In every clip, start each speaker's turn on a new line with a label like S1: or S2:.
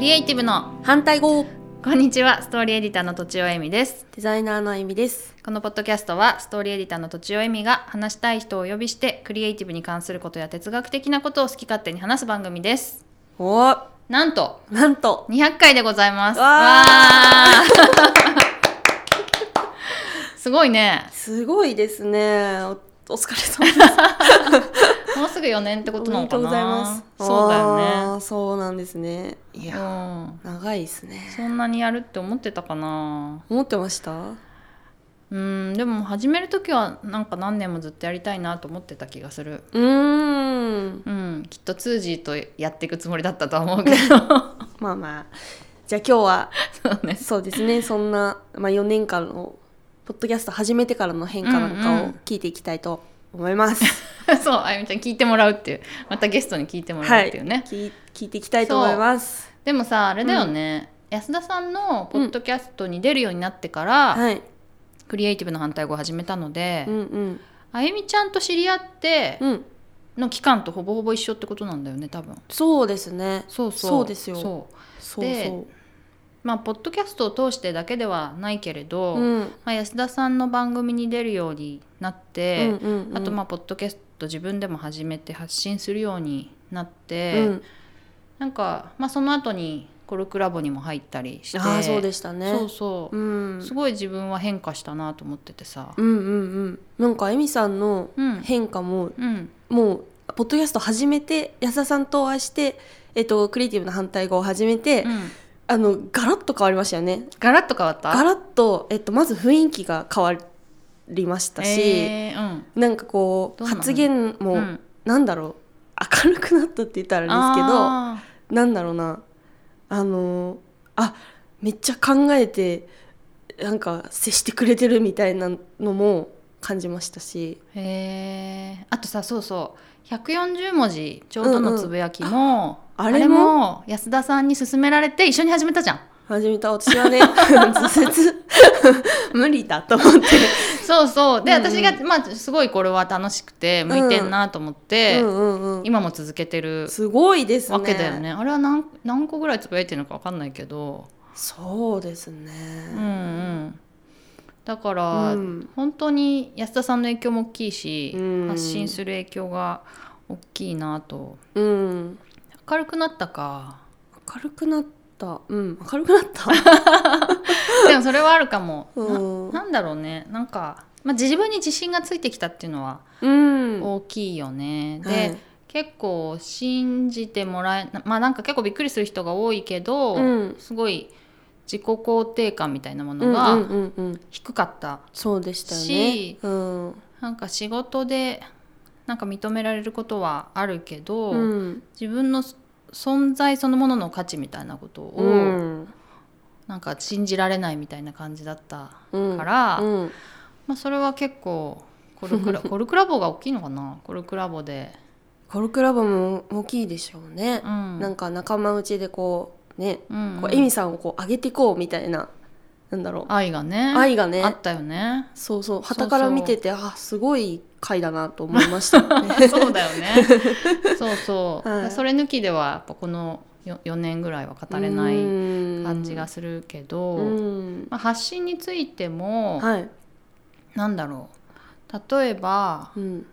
S1: イティブの
S2: 反対語
S1: こんにちはストーリーエディターのとちおえみです
S2: デザイナーのあゆみです
S1: このポッドキャストはストーリーエディターのとちおえみが話したい人をお呼びしてクリエイティブに関することや哲学的なことを好き勝手に話す番組です
S2: おー
S1: なんと
S2: なんと
S1: 200回でございます
S2: わ
S1: わーすごいね
S2: すごいですねおお疲れ様です
S1: もうすぐ4年ってことなのかな
S2: おめでとうございます
S1: そうだよ
S2: あ
S1: ね
S2: ーそうなんですねいうや
S1: ん
S2: 長いですね
S1: そんなにやるって思ってたかな
S2: 思ってました
S1: うんでも始める時はなんか何年もずっとやりたいなと思ってた気がする
S2: うーん
S1: うんきっとツージーとやっていくつもりだったとは 思うけど
S2: まあまあじゃあ今日は
S1: そうね
S2: そうですねそんな、まあ、4年間のポッドキャスト始めてからの変化なん
S1: うん
S2: か
S1: う
S2: を
S1: ん
S2: 聞いていきたいと思います、
S1: そうあゆみちゃん聞いてもらうっていうまたゲストに聞いてもらうっていうね、
S2: 聞い聞いていきたいと思います
S1: でもさあれだよね、安田さんのポッドキャストに出るようになってから、
S2: はい
S1: クリエイティブの反対語を始めたので、
S2: うんうん
S1: あゆみちゃんと知り合って
S2: うん
S1: の期間とほぼほぼ一緒ってことなんだよね多分
S2: そうですね
S1: そうそう
S2: そうですよ
S1: そう
S2: そう
S1: で
S2: そ
S1: まあポッドキャストを通してだけではないけれど、
S2: う、うん
S1: まあ、安田さんの番組に出るようになって、
S2: うんうん
S1: あとまあポッドキャスト自分でも始めて発信するようになっ
S2: あ
S1: て、
S2: うん、
S1: なんか、まあ、その後にコルクラボにも入ったりして
S2: ああそうでしたね
S1: そうそう、
S2: うん、
S1: すごい自分は変化したなと思っててさ
S2: うんうんうんなんかエミさんの
S1: うん
S2: 変化も、
S1: うん
S2: もうポッドキャスト始めて安田さんとお会いして、えっと、クリエイティブな反対語を始めて、
S1: うん
S2: あのガラッと変わりましたよね
S1: ガラッと変わった
S2: ガラッと、えっと、まず雰囲気が変わりましたし、
S1: えーうん
S2: なんかこう
S1: どんなの
S2: 発言も、
S1: うん
S2: なんだろう明るくなったって言ったらあれですけど
S1: あ
S2: なんだろうなあのーあめっちゃ考えてなんか接してくれてるみたいなのも感じましたし
S1: ーへーあとさそうそう140文字ちょうどのつぶやきも、
S2: うんうんああれも
S1: も安田さんに勧められて一緒に始めたじゃん
S2: 始めた私は ね挫折無理だと思って、
S1: そうそうで、
S2: うんうん
S1: 私が、まあ、すごいこれは楽しくて向いてんなと思って、
S2: うんうんうん、
S1: 今も続けてる
S2: すごいですね
S1: わけだよねあれは何何個ぐらいつぶやいてるのかわかんないけど、
S2: そうです
S1: うんう
S2: ね、
S1: ん、だから、
S2: うん
S1: 本当に安田さんの影響も大きいし、
S2: うん
S1: 発信する影響が大きいなと
S2: うん、
S1: 明るくなったか
S2: 明るくなったうん明るくなった
S1: でもそれはあるかも、
S2: うん
S1: ななんだろうねなんか、まあ、自分に自信がついてきたっていうのは
S2: うん
S1: 大きいよね、で、
S2: はい
S1: 結構信じてもらえなまあなんか結構びっくりする人が多いけど、
S2: うん
S1: すごい自己肯定感みたいなも
S2: うんう
S1: の
S2: ん
S1: が
S2: うんうん
S1: 低かった、
S2: そうでしたよね
S1: し
S2: うん
S1: なんか仕事でなんか認められることはあるけど、
S2: うん
S1: 自分の存在そのものの価値みたいなことを、
S2: うん
S1: なんか信じられないみたいな感じだった
S2: うん
S1: から、
S2: うん
S1: まあ、それは結構コル クラコルクラボが大きいのかなコルクラボで、
S2: コルクラボも大きいでしょうね
S1: う、ん、
S2: なんか仲間内でこうね
S1: うんうん
S2: こうエミさんをこう上げていこうみたいななんだろう
S1: 愛がね
S2: 愛が
S1: あ
S2: ね
S1: ったよね
S2: そうそう
S1: そう
S2: 傍から見ててあすごい回だなと思いました
S1: そうだよね。そうそう。
S2: はい
S1: それ抜きではやっぱこの 4, 年ぐらいは語れない感
S2: 感
S1: じがするけど、
S2: うん
S1: まあ、発信についても、
S2: はい
S1: なんだろう例えば
S2: うん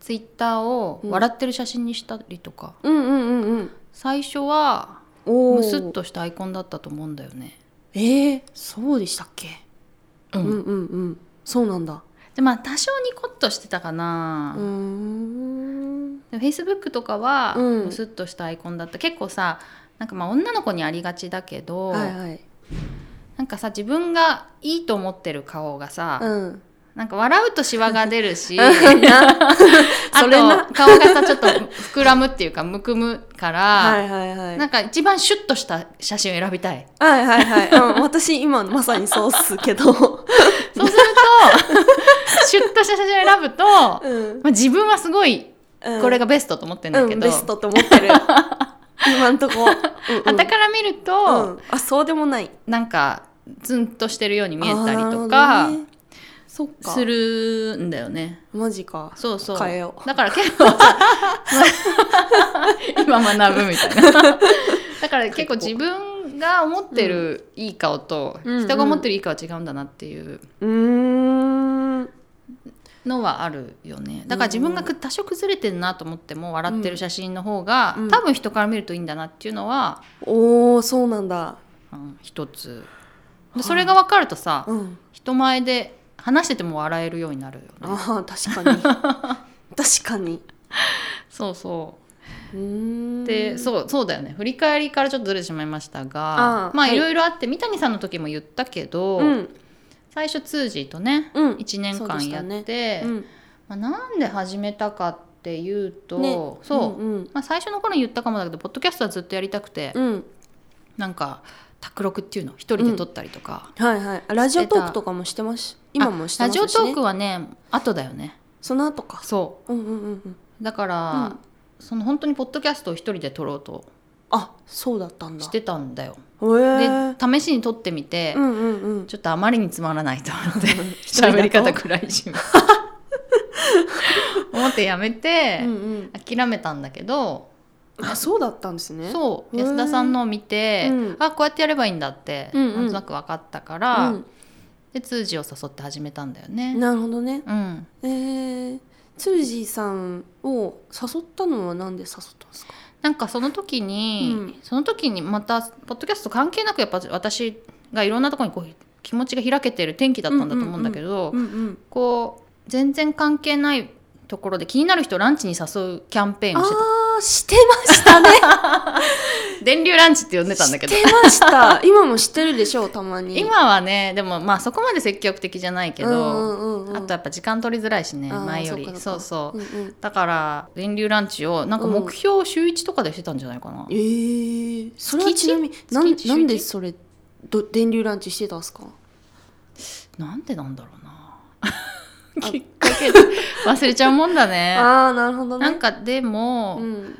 S1: ツイッターを
S2: うん
S1: 笑ってる写真にしたりとか、
S2: うんうんうんうん
S1: 最初は
S2: おー
S1: ムスッとしたアイコンだったと思うんだよね。
S2: えー、そうでしたっけ
S1: う
S2: うんんうんうんそうなんだ
S1: でまあ多少ニコッとしてたかな
S2: う、ーん
S1: で Facebook とかは
S2: うん
S1: ムスッとしたアイコンだった、結構さなんかまあ女の子にありがちだけど、
S2: はいはい
S1: なんかさ自分がいいと思ってる顔がさ、
S2: うん
S1: なんか笑うとシワが出る しあ
S2: うんなそれな
S1: と顔がさちょっと膨らむっていうかむくむから、
S2: はいはいはい
S1: なんか一番シュッとした写真を選び たい
S2: はいはいはい、うん、私今まさにそうっすけ ど、
S1: そうするとシュッとした写真を選ぶと、ま
S2: うん
S1: あ、自分はすごい
S2: うん
S1: これがベストと思ってるんだけ
S2: うん、
S1: ど、
S2: ベストって思って る今んとこ、うん
S1: 旗から見ると、
S2: うん、あそうでもない
S1: なんかツンとしてるように見えたりとか
S2: あーねそっか
S1: するんだよね。
S2: マジか
S1: そうそう。
S2: 変えよう
S1: だから 結構さ今学ぶみたいな。だから結構自分が思ってるいい顔と、
S2: うんうん
S1: 人が思ってるいい顔は違うんだなっていう
S2: うーん
S1: のはあるよねだから自分がく多少崩れてるなと思っても笑ってる写真の方が、
S2: うん
S1: 多分人から見るといいんだなっていうのは、
S2: おおそうなんだ
S1: うん一つ
S2: はい
S1: それが分かるとさ、
S2: うん
S1: 人前で話してても笑えるようになるよね
S2: あー確かに 確かに
S1: そうそう
S2: うーん
S1: でそうそうだよね振り返りからちょっとずれてしまいましたが
S2: あー
S1: まあ
S2: はい
S1: いろいろあって三谷さんの時も言ったけど、
S2: うん
S1: 最初通じとね
S2: うん
S1: 1年
S2: そうで
S1: 間
S2: し
S1: や
S2: た
S1: っ
S2: ね
S1: て、
S2: うん
S1: まあ、なんで始めたかっていうと、
S2: ね
S1: そう、
S2: うん
S1: まあ、最初の頃に言ったかもだけどポッドキャストはずっとやりたくて、
S2: うんうん
S1: なんか卓録っていうの一人で撮ったりとか、
S2: はいはいあラジオトークとかもしてます今もして
S1: ラ
S2: ます
S1: ジ
S2: し、ね、
S1: オトークはね後だよね
S2: その後か
S1: そ
S2: うんうんうんうん
S1: うだから、
S2: うん
S1: その本当にポッドキャストを一人で撮ろうと
S2: あそうだったんだ
S1: してたんだよ。
S2: へー
S1: で試しに撮ってみて、
S2: うんうんうん
S1: ちょっとあまりにつまらないと思って
S2: 人だと
S1: 喋り方暗い し思ってやめて、
S2: うんうん
S1: 諦めたんだけど
S2: あそうだったんですね
S1: そう
S2: へー
S1: 安田さんのを見て、
S2: うん
S1: あこうやってやればいいんだって、
S2: うんうん
S1: なんとなく分かったから、
S2: うん
S1: で通じを誘って始めたんだよね。
S2: なるほどね
S1: うん、
S2: えー、ツージーさんを誘ったのはなんで誘ったんですか
S1: なんかその時に、
S2: うん
S1: その時にまたポッドキャスト関係なくやっぱ私がいろんなところにこう気持ちが開けてる天気だったんだと思うんだけど、
S2: んうん
S1: こう全然関係ないところで気になる人をランチに誘うキャンペーンをして
S2: あーしてまし たね
S1: た電流ランチって呼んでたんだけど
S2: してました今もしてるでしょうたまに
S1: 今はねでもまあそこまで積極的じゃないけど、
S2: うんうんうんうん
S1: あとやっぱ時間取りづらいしね
S2: あー
S1: 前より
S2: そうか
S1: そ
S2: そううか
S1: そう、
S2: うんうん
S1: だから電流ランチをなんか目標を週1とかでしてたんじゃないかな、
S2: えー、それはちなみに
S1: 一
S2: なん
S1: 月一
S2: なん
S1: 週
S2: で
S1: 一
S2: それど電流ランチしてたんですか
S1: なんでなんだろうな きっかけで忘れちゃうもんだね
S2: ああなるほどね
S1: なんかでも、
S2: うん、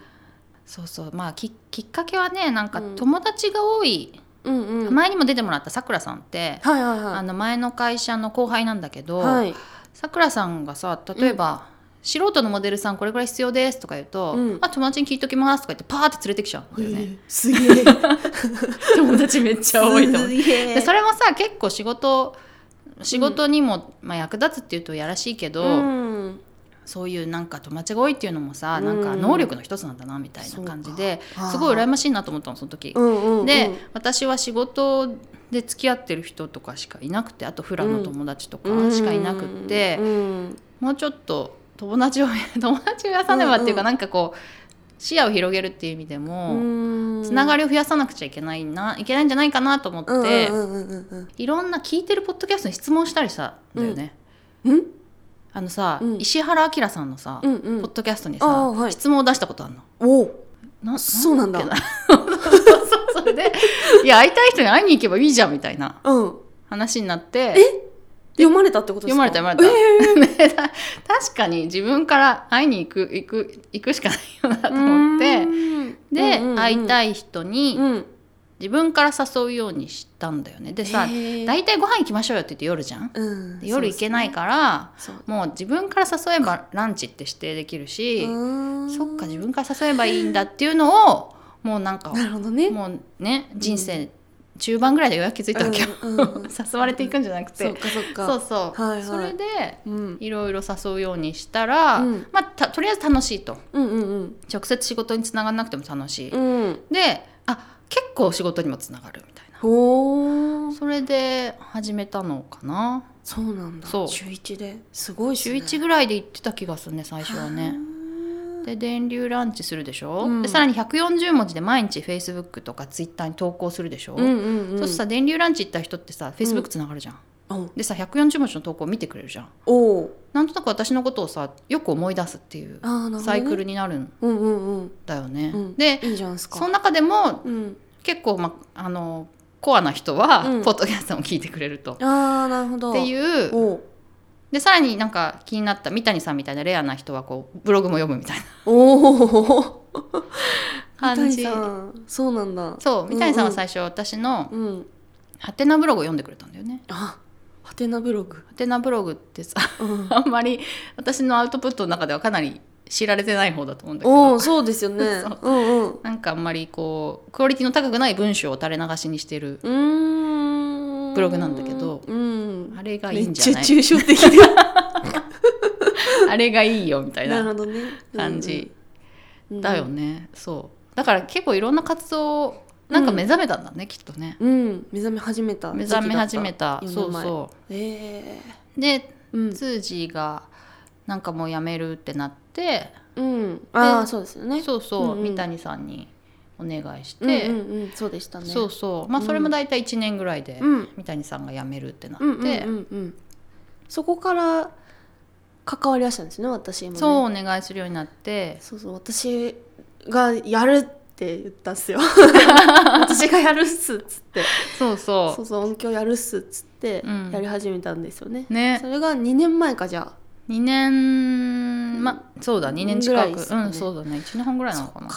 S1: そうそうまあききっかけはねなんか
S2: うん
S1: 友達が多い、
S2: うんうん
S1: 前にも出てもらったさくらさんって、
S2: はいはい
S1: あ
S2: は
S1: の前の会社の後輩なんだけど、
S2: いはい
S1: さくらさんがさ例えば、素人のモデルさんこれぐらい必要です」とか言うと「
S2: うん
S1: あ友達に聞いときます」とか言ってパーって連れてきちゃうんだよね。
S2: えー すげえ
S1: 友達めっちゃ多いと思う
S2: すげ
S1: で
S2: え
S1: それもさ結構仕事仕事にも、まあ、役立つっていうとやらしいけど、
S2: うん
S1: そういうなんか友達が多いっていうのもさ、
S2: うん
S1: なんか能力の一つなんだなみたいな感じで
S2: そうか
S1: すごい羨ましいなと思ったのその時。
S2: うんうんうん
S1: で、私は仕事で付き合ってる人とかしかいなくてあとフラの友達とかしかいなくって、
S2: うんうん
S1: もうちょっと友達を 友達を増やさねばっていうか、
S2: うんうん
S1: なんかこう視野を広げるっていう意味でも、
S2: うん、
S1: つながり
S2: り
S1: を増やさなくちゃいけないないけないんじゃないかなと思って、
S2: うんうんうんうん
S1: いろんな聞いてるポッドキャストに質問したりしたんだよね。
S2: うんうん
S1: あのさ、
S2: うん
S1: 石原明さんのさ、
S2: うんうん
S1: ポッドキャストに
S2: あ
S1: さ、
S2: あはい
S1: 質問を出したことあるの。
S2: おう
S1: な
S2: そうなんだ
S1: だっけな そうそうそれでいや会いたい人に会いに行けばいいじゃんみたいな
S2: うん
S1: 話になって
S2: 読まれたってことです
S1: 読
S2: か
S1: まれた読まれた、 ねた確かに自分から会いに行く行く行くしかないよなと思ってで、会い
S2: い
S1: たい人に
S2: うん
S1: 自分から誘うようにしたんだよねでさ
S2: へー
S1: 大体ご飯行きましょうよって言って夜じゃん
S2: うん
S1: で夜行けないから
S2: そうですね
S1: もう自分から誘えばランチって指定できるし
S2: そううん
S1: そっか自分から誘えばいいんだっていうのをもうなんか
S2: なるほどね
S1: もうね人生中盤ぐらいでようやく気づいたわけよ、
S2: うんうんうん
S1: 誘われていくんじゃなくて
S2: そうかそうか
S1: そうそう、
S2: はいはい
S1: それで
S2: うん
S1: いろいろ誘うようにしたら、
S2: うん
S1: まあ、たとりあえず楽しいと
S2: うんうん
S1: 直接仕事につながらなくても楽しい、
S2: うんうん
S1: であ結構仕事にもつながるみたいな
S2: おー
S1: それで始めたのかな
S2: そうなんだ
S1: そう
S2: 週一ですごい
S1: 週1
S2: ぐ
S1: ぐらいで行ってた気がするね最初はねで電流ランチするでしょ、でさらに140文字で毎日 Facebook とか Twitter に投稿するでしょ、
S2: うんうんうん
S1: そしたら電流ランチ行った人ってさ Facebook つながるじゃん、
S2: お
S1: でさ140文字の投稿見てくれるじゃん
S2: おう
S1: なんとなく私のことをさよく思い出すっていう
S2: あーなるほどね
S1: サイクルになるん
S2: うんうんうん
S1: だよね。
S2: うん
S1: で
S2: いいじゃんすか
S1: その中でも
S2: うん
S1: 結構、ま、あのコアな人は、
S2: うん
S1: ポッドキャストも聞いてくれると。
S2: ああなるほど
S1: っていう
S2: おう
S1: でさらになんか気になった三谷さんみたいなレアな人はこうブログも読むみたいな
S2: おお
S1: 感じ
S2: 三谷さんそうなんだ
S1: そう三谷さんは
S2: うん
S1: 最初私の
S2: うん、うん、
S1: ハテナブログを読んでくれたんだよね。
S2: あハテナブログ
S1: ハテナブログってさ
S2: うん
S1: あんまり私のアウトプットの中ではかなり知られてない方だと思うんだけ
S2: お
S1: ど
S2: おそうですよね
S1: そう
S2: うんうん
S1: なんかあんまりこうクオリティの高くない文章を垂れ流しにしてる
S2: うーん
S1: ブログなんだけど
S2: うん
S1: あれがい
S2: め
S1: い
S2: っ
S1: ん
S2: ち
S1: じゃ
S2: ゃ
S1: ない
S2: 抽象的な
S1: あれがいいよみたい
S2: なる
S1: な
S2: ほどね
S1: 感じ
S2: うんうん
S1: だよね、そうだから結構いろんな活動をなんか目覚めたんだね、きっとね
S2: うん目覚め始めた
S1: 目覚め始めた
S2: 時期だ
S1: そ
S2: った
S1: うそ
S2: え
S1: うで
S2: えうん
S1: ツージーがなんかもうやめるってなって
S2: うんああ
S1: で
S2: そうですよね
S1: そうそう、
S2: うんうん
S1: 三谷さんにお願いし
S2: うん
S1: て、
S2: うんうんそうでしたね
S1: そうそうまあそれも大体1年ぐらいで、
S2: うん
S1: 三谷さんが辞めるってなって、
S2: うんうんうんうんそこから関わり合したんですね私もね
S1: そうお願いするようになって
S2: そうそう私がやるって言ったん すよ私がやるっすっつって
S1: そうそう
S2: そうそう音響やるっすっつって
S1: うん
S2: やり始めたんですよね、
S1: ね
S2: それが2年前かじゃ
S1: 2年まあそうだ2年近
S2: ぐら
S1: く、
S2: いです
S1: う
S2: かね
S1: んそうだね1年半ぐらいなのかな
S2: あ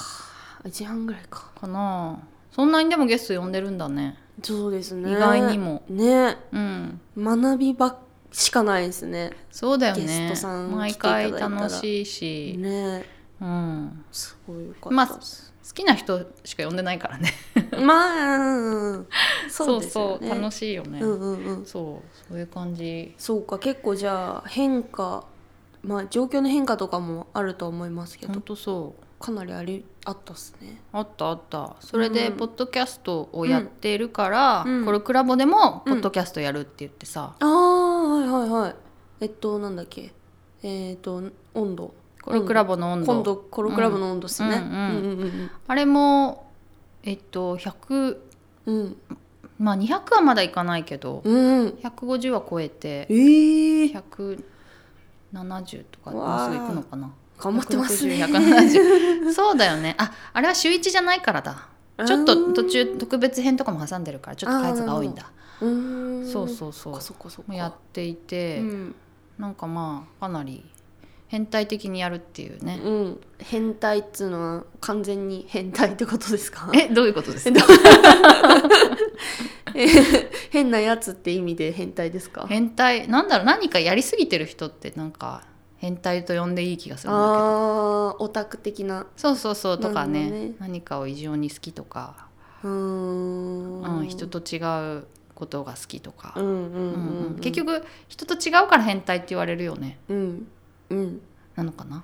S2: 1時半ぐらいか
S1: かなそんなにでもゲスト呼んでるんだね
S2: そうですね
S1: 意外にも
S2: ね
S1: うん
S2: 学びばっしかないですね
S1: そうだよね
S2: ゲストさん
S1: 毎
S2: 来ていただい
S1: 回
S2: たら
S1: 楽しいし、
S2: ね
S1: うん、
S2: すごいよか
S1: ま
S2: っ
S1: あ
S2: たです、
S1: 好きな人しか呼んでないからね
S2: まあ、うんうん そうですよね
S1: そう楽しいよね、
S2: うんうんうん
S1: そうそういう感じ
S2: そうか結構じゃあ変化まあ状況の変化とかもあると思いますけ
S1: ほ
S2: ど
S1: んとそう
S2: かなりありあったっすね
S1: あったあったそれで
S2: うん
S1: ポッドキャストをやっているから、
S2: うん
S1: これクラボでも
S2: うん
S1: ポッドキャストやるって言ってさ、
S2: ああはいはいはいえっとなんだっけえっ、と温度
S1: コロクラボの温度
S2: 今度コロクラブの温度ですね
S1: う
S2: うん
S1: う
S2: ん
S1: ん
S2: うん
S1: あれもえっと100
S2: うんうん
S1: まあ200はまだいかないけど、
S2: うんうん
S1: 150は超えて
S2: えー、
S1: 170とかも
S2: わ
S1: う
S2: あ
S1: すぐ行くのかな
S2: 頑張ってますね
S1: 160そうだよねああれは週1じゃないからだちょっと途中特別編とかも挟んでるからちょっと回数が多いんだ
S2: うーん
S1: そうそうそう
S2: そっかそっかそっか
S1: もうやっていて、
S2: うん、
S1: なんかまあかなり変態的にやるっていうね、
S2: うん、変態っつうのは完全に変態ってことですか
S1: えどういうことです
S2: え
S1: か
S2: どえ 変なやつって意味で変態ですか
S1: 変態なんだろう何かやりすぎてる人ってなんか変態と呼んでいい気がするんだけど
S2: あーオタク的な
S1: そうそうそうとかね
S2: なるほどね
S1: 何かを異常に好きとか、
S2: うーん
S1: うん人と違うことが好きとか、
S2: うんうん
S1: うん
S2: うん、
S1: うん結、局人と違うから変態って言われるよね
S2: うんうん、
S1: なのかな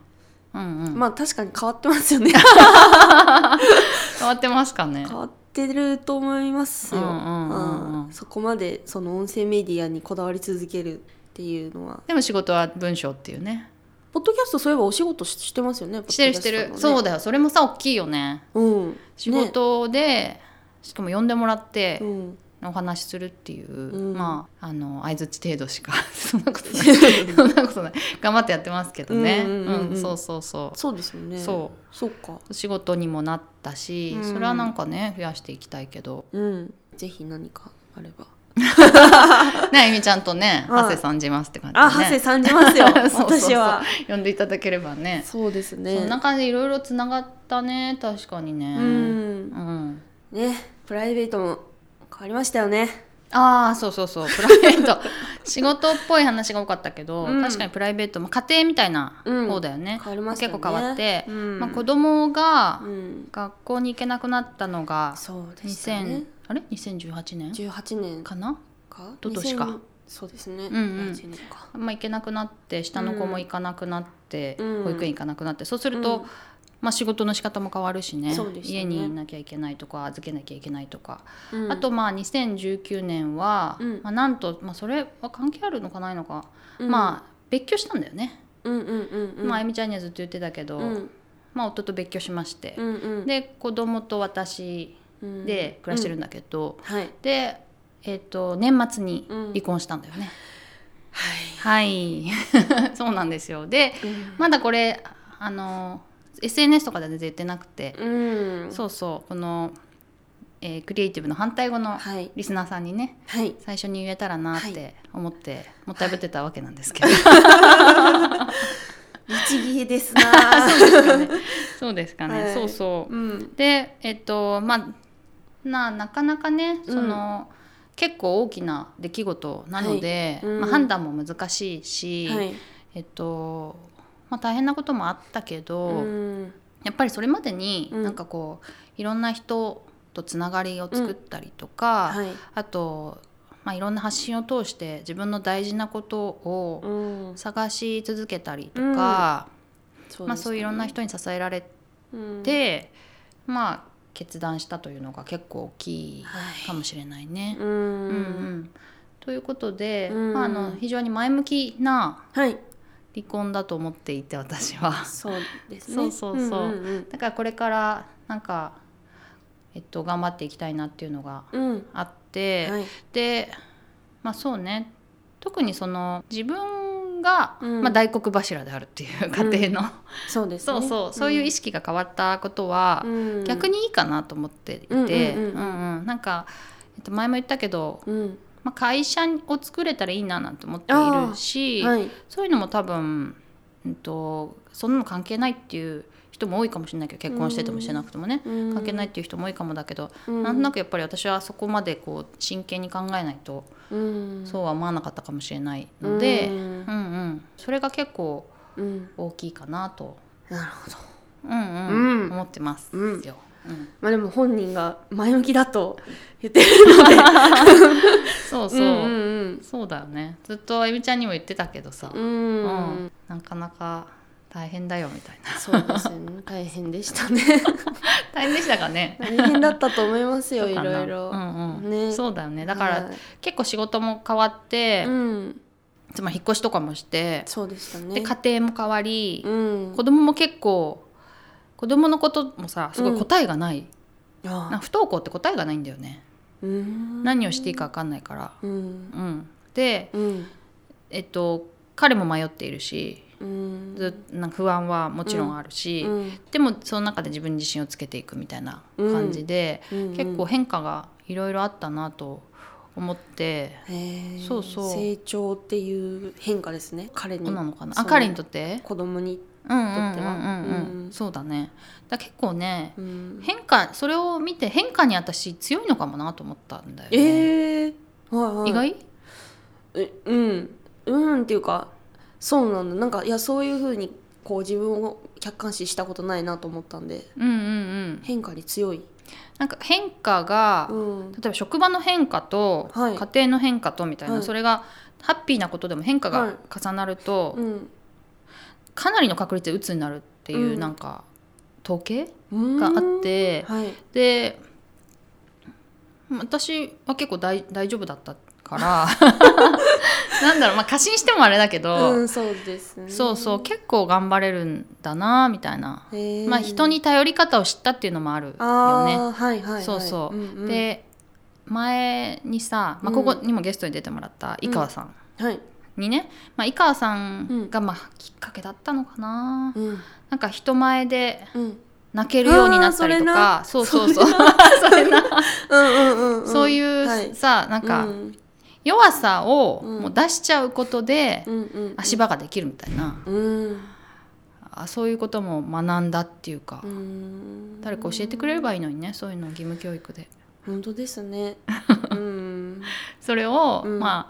S1: うんうん、
S2: まあ確かに変わってますよね
S1: 変わってますかね
S2: 変わってると思いますよ、
S1: うんうんうんうん
S2: あーそこまでその音声メディアにこだわり続けるっていうのは
S1: でも仕事は文章っていうね
S2: ポッドキャストそういえばお仕事ししてますよね
S1: してるしてる、そうだよそれもさ大きいよね
S2: ううん
S1: 仕事で、しかも呼んでもらって
S2: うん、
S1: お話しするっていう、
S2: うん
S1: まああの相槌程度し かそんなことないそんなことない頑張ってやってますけどね
S2: うんうんうんうん
S1: うんそうそうそ
S2: そうですよ
S1: う、
S2: ね
S1: そう
S2: そうか
S1: う仕事にもなったし、
S2: うん
S1: それはなんかね増やしていきたいけど
S2: うんぜひ何かあれば
S1: ねあゆみちゃんとね
S2: はい
S1: 長谷さんじますって感じで、ね、
S2: あ、ハセさんじますよ
S1: そうそうそう
S2: 私は
S1: 呼んでいただければね
S2: そうです
S1: そん
S2: ね
S1: な感じでいろいろつながったね確かにね
S2: うん
S1: うん
S2: ねプライベートも変わりましたよね
S1: ああそうそうそうプライベー ト仕事っぽい話が多かったけど、
S2: うん
S1: 確かにプライベートも家庭みたいな
S2: うん
S1: 方だよね、
S2: 変わりましたね
S1: 結構変わって、
S2: うん
S1: まあ、子供が
S2: うん
S1: 学校に行けなくなったのが
S2: そうでし
S1: 2000、
S2: たね
S1: あれ2018年
S2: 18年か
S1: かな
S2: 一
S1: ととしか
S2: そうですね
S1: んうん
S2: 18年か
S1: あんま行けなくなって下の子も行かなくなって、
S2: うん
S1: 保育園行かなくなってそうすると、
S2: うん
S1: まあ、仕事の仕方も変わるしね
S2: そうでしたね
S1: 家にいなきゃいけないとか預けなきゃいけないとか、
S2: うん
S1: あとまあ2019年は、
S2: うん
S1: まあ、なんと、まあ、それは関係あるのかないのか、
S2: うん
S1: まあ別居したんだよね、
S2: うんうんうんうん
S1: まああゆみちゃんにはずっと言ってたけど、
S2: うん
S1: まあ夫と別居しまして
S2: う、んうん
S1: で子供と私
S2: うん
S1: で暮らしてるんだけど、
S2: はい
S1: で、えー、と年末に
S2: うん
S1: 離婚したんだよね、
S2: は
S1: はい そうなんですよで
S2: い
S1: まだこれあの SNS とかでは全然言ってなくて、
S2: うん
S1: そうそうこの、えークリエイティブの反対語の
S2: はい
S1: リスナーさんにね、
S2: はい
S1: 最初に言えたらなっ
S2: は
S1: て思って、もったいぶってたわけなんです けど、
S2: 律儀です な
S1: そうですかね、
S2: はい
S1: そうそう
S2: うん
S1: でえっとまあななかなかねその、結構大きな出来事なので、
S2: はいうん
S1: まあ、判断も難しいし、
S2: はい
S1: えっとまあ、大変なこともあったけど、
S2: うん
S1: やっぱりそれまでに
S2: うん
S1: なんかこう、いろんな人とつながりを作ったりとか、
S2: はい
S1: あと、まあ、いろんな発信を通して自分の大事なことを
S2: うん
S1: 探し続けたりとか、
S2: そう
S1: まあ、
S2: でした
S1: そう
S2: ね
S1: いういろんな人に支えられ
S2: うん
S1: て、まあ、決断したというのが結構大きい
S2: はい
S1: かもしれないね。
S2: うん
S1: うんうんということで、
S2: うん
S1: まあ、あの非常に前向きな
S2: はい
S1: 離婚だと思っていて私は。
S2: そうですね
S1: そうそうそうん
S2: うん
S1: だからこれからなんか、えっと、頑張っていきたいなっていうのが
S2: うんうん
S1: あって、
S2: はい
S1: でまあそうね特にその自分が、
S2: うん
S1: まあ、大黒柱であるっていう家庭の、
S2: そうです
S1: そ
S2: ね
S1: うそう、そういう意識が変わったことは、
S2: うん
S1: 逆にいいかなと思っていて
S2: うんうんうんう
S1: うんうんなんか、えっと、前も言ったけど、
S2: うん
S1: まあ、会社を作れたらいいななんて思っているし、
S2: はい
S1: そういうのも多分、うん、とそんなの関係ないっていう人も多いかもしれないけど結婚しててもしてなくてもね、
S2: 関
S1: 関係ないっていう人も多いかもだけど、
S2: うん
S1: なんとなくやっぱり私はそこまでこう真剣に考えないと
S2: うん
S1: そうは思わなかったかもしれないので、
S2: う
S1: うん、
S2: ん
S1: うんそれが結構
S2: うん
S1: 大きいかなと、
S2: なるほど
S1: うんうん
S2: うん
S1: 思ってますよ。
S2: うん
S1: うん
S2: まあでも本人が前向きだと言ってるので
S1: そうそう、
S2: うんうん
S1: そうだよねずっとあゆみちゃんにも言ってたけどさ、
S2: う
S1: うん
S2: うん
S1: んなかなか大変だよみた いな
S2: そうですよね大変でしたね
S1: 大変でしたかね
S2: 大変だったと思いますよ
S1: そう
S2: い
S1: かな
S2: ろいろ
S1: うんうん
S2: ね
S1: そうだよねだから、
S2: はい
S1: 結構仕事も変わって、
S2: うん
S1: つまり引っ越しとかもして、
S2: そうでしたね
S1: で家庭も変わり、
S2: うん
S1: 子供も結構子供のこともさすごい答えがない、
S2: あ
S1: なんか不登校って答えがないんだよね、
S2: うん
S1: 何をしていいか分かんないから、
S2: うん
S1: うん、で
S2: うん
S1: えっと彼も迷っているし
S2: うん
S1: ずなんか不安はもちろんあるし、
S2: うん
S1: でもその中で自分に自信をつけていくみたいな感じで、
S2: うん
S1: 結構変化がいろいろあったなと思って、
S2: へー
S1: そうそう
S2: 成長っていう変化ですね彼に
S1: そうなのかなあ
S2: そう
S1: 彼にとって
S2: 子供に
S1: うんうんうん
S2: とっては
S1: うんう
S2: うんん
S1: そうだねだ結構ね
S2: うん
S1: 変化それを見て変化に私強いのかもなと思ったんだよね、
S2: ええはいはい
S1: 意外
S2: えうんうんっていうかそうなんだなんかいやそういうふうにこう自分を客観視したことないなと思ったんで
S1: うんうんうん
S2: 変化に強い、
S1: なんか変化が、
S2: うん
S1: 例えば職場の変化と
S2: はい
S1: 家庭の変化とみたいな、
S2: はい
S1: それがハッピーなことでも変化
S2: は
S1: が
S2: い
S1: 重なると、
S2: うん
S1: かなりの確率で鬱になるっていう、
S2: うん
S1: なんか統計
S2: うん、
S1: があって、
S2: はい
S1: で私は結構大大丈夫だったから なんだろう、まあ、過信してもあれだけど、
S2: うんそうですね
S1: そうそう結構頑張れるんだなみたいな、
S2: へー
S1: まあ人に頼り方を知ったっていうのもあるよ
S2: あー
S1: ね。
S2: はいはいはい
S1: そうそう、
S2: んん
S1: で前にさ、まあ、
S2: う
S1: こ
S2: ん
S1: こにもゲストに出てもらった井川さん
S2: はい、
S1: にね、まあ、井川さ
S2: うんん
S1: がまあきっかけだったのかな、
S2: うん
S1: なんか人前で
S2: うん、
S1: 泣けるようになったりとかそうそうそう それな
S2: うんうんうんん
S1: そういう、
S2: はい、
S1: さなんか、
S2: うん
S1: 弱さを
S2: うん
S1: もう出しちゃうことで
S2: うんうん、
S1: 足場ができるみたいな、
S2: うん
S1: あそういうことも学んだっていうか、
S2: うん
S1: 誰か教えてくれればいいのにねそういうのを義務教育で
S2: 本当ですね うん
S1: それを、
S2: うん
S1: まあ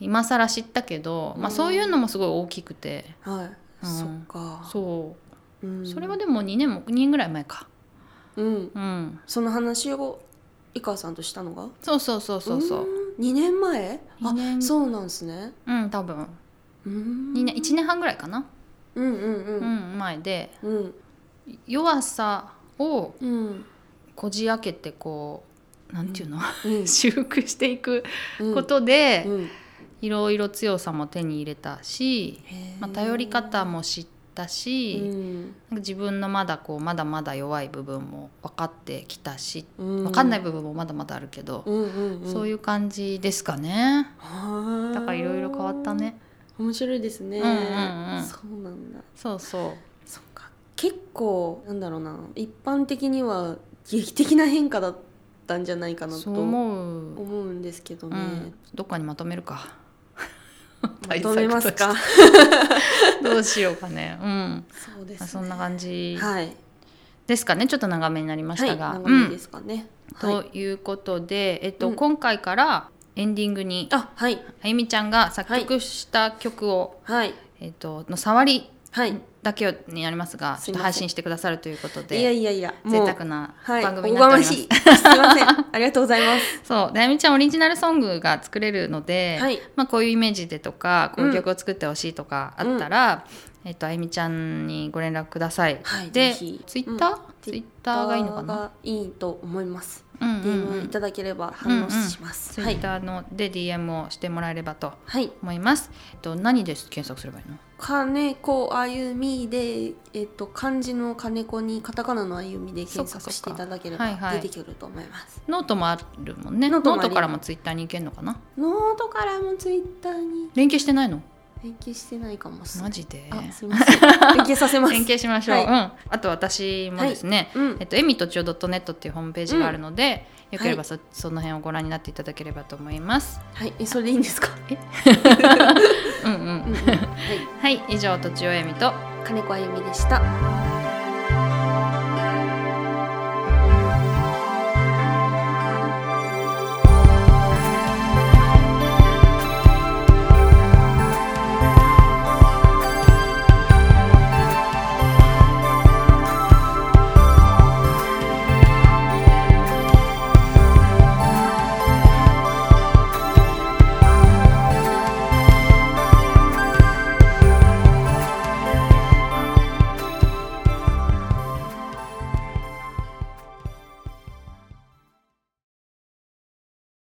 S1: 今更知ったけど、まあ、
S2: うん
S1: そういうのもすごい大きくて、
S2: はい、
S1: うん
S2: そっか、、
S1: そううんそれはでも2年も2年ぐらい前か
S2: うん
S1: うん
S2: その話を井川さんとしたのが
S1: そうそうそうそうそう
S2: う2年前
S1: 二年
S2: あそうなんですね
S1: うん多分
S2: うん
S1: 2年1年半ぐらいかな、
S2: うんうんう
S1: うんん、前で
S2: うん
S1: 弱さを
S2: うん
S1: こじ開けてこうなんていうの、
S2: うん
S1: 修復していく
S2: うん
S1: ことで、
S2: うん
S1: いろいろ強さも手に入れたし、
S2: へー
S1: まあ、頼り方も知った
S2: う
S1: し、
S2: ん
S1: なんか自分のまだこうまだまだ弱い部分も分かってきたし
S2: うん
S1: 分かんない部分もまだまだあるけど、
S2: うんうんうん
S1: そう
S2: う
S1: いう感じですかね。
S2: だ
S1: だからいろいろ変わったね。
S2: 面白いですね
S1: うんうんうん
S2: そうなんだ
S1: そうそ
S2: そっか結構なんだろうな一般的には劇的な変化だったんじゃないか
S1: う。
S2: な
S1: そ
S2: と
S1: う
S2: 思
S1: 思う。
S2: うんですけど
S1: う
S2: ね、
S1: ん。どっかにまとめる か。
S2: まとめま すか
S1: どうしようかね。うん。
S2: そうです
S1: まあそ
S2: ね
S1: んな感じ
S2: はい
S1: ですかね。ちょっと長めになりましたが。
S2: はい、
S1: う
S2: 長め
S1: ん
S2: で。すかね。はい
S1: ということで、えっと、
S2: うん
S1: 今回からエンディングにあ
S2: あはい
S1: ゆみちゃんが作曲した曲を、
S2: はい
S1: えっと、の触り
S2: はい
S1: だけになりますが
S2: す
S1: ち
S2: い
S1: ょっ
S2: ません
S1: と配信してくださるということ
S2: いや
S1: で
S2: いやいやも
S1: 贅
S2: う
S1: 沢な
S2: はい
S1: 番
S2: お
S1: 組にな
S2: こ
S1: っており
S2: がま
S1: ます、
S2: しいすいませんありがとうございます
S1: そうだやみちゃんオリジナルソングが作れるので、
S2: はい
S1: まあ、こういうイメージでとかこういう曲を作ってほしいとかあったら、えっとあゆみちゃんにご連絡ください、
S2: はい
S1: で
S2: ぜひ
S1: ツイッター、
S2: うん
S1: ツイッターがいいのかな、
S2: がいいと思います
S1: うんうんう
S2: DM い
S1: ん、
S2: ただければ反応します、
S1: ツイ
S2: は
S1: ッ
S2: い
S1: ターので DM をしてもらえればと
S2: はい
S1: 思います、えっと、何です検索すればいいの
S2: 金子あゆみで、えっと、漢字の金子にカタカナのあゆみで検
S1: そっかそっか
S2: 索していただければ
S1: はいはい
S2: 出てくると思います。
S1: ノートもあるもんねノ
S2: ノー
S1: ー
S2: トも
S1: ト
S2: あり
S1: からもツイッターに行けるのかな
S2: ノートからもツイッターに
S1: 連携してないの
S2: 連携してないかもしれな
S1: マ
S2: い。
S1: ジで
S2: あすみま せん。連携させます。
S1: 連携しましょう、
S2: はい
S1: うん、あと私もですね、
S2: うん
S1: えっと、エミとちお .net っていうホームページがあるので、
S2: ん
S1: よければそ,、その辺をご覧になっていただければと思います。
S2: はい、えそれでいいんです か。
S1: うんうん
S2: うんうんはい、
S1: はい、以上とちおえみと
S2: 金子あゆみでした。